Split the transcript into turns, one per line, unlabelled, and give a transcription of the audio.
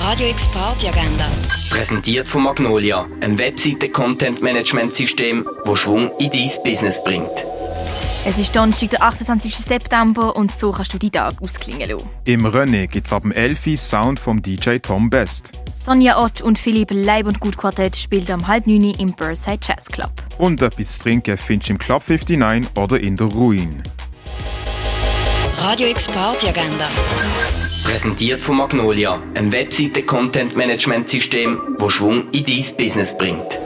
Radio X Party Agenda.
Präsentiert von Magnolia, einem Webseite-Content-Management-System, wo Schwung in dein Business bringt.
Es ist Donnerstag, der 28. September und so kannst du die Tag ausklingen lassen.
Im René gibt's ab dem 11. Sound vom DJ Tom Best.
Sonja Ott und Philipp Leib und Gut Quartett spielen am halb neun im Birdside Jazz Club.
Und etwas zu trinken findest du im Club 59 oder in der Ruin.
Radio X Party Agenda.
Präsentiert von Magnolia, einem Webseite-Content-Management-System, wo Schwung in dein Business bringt.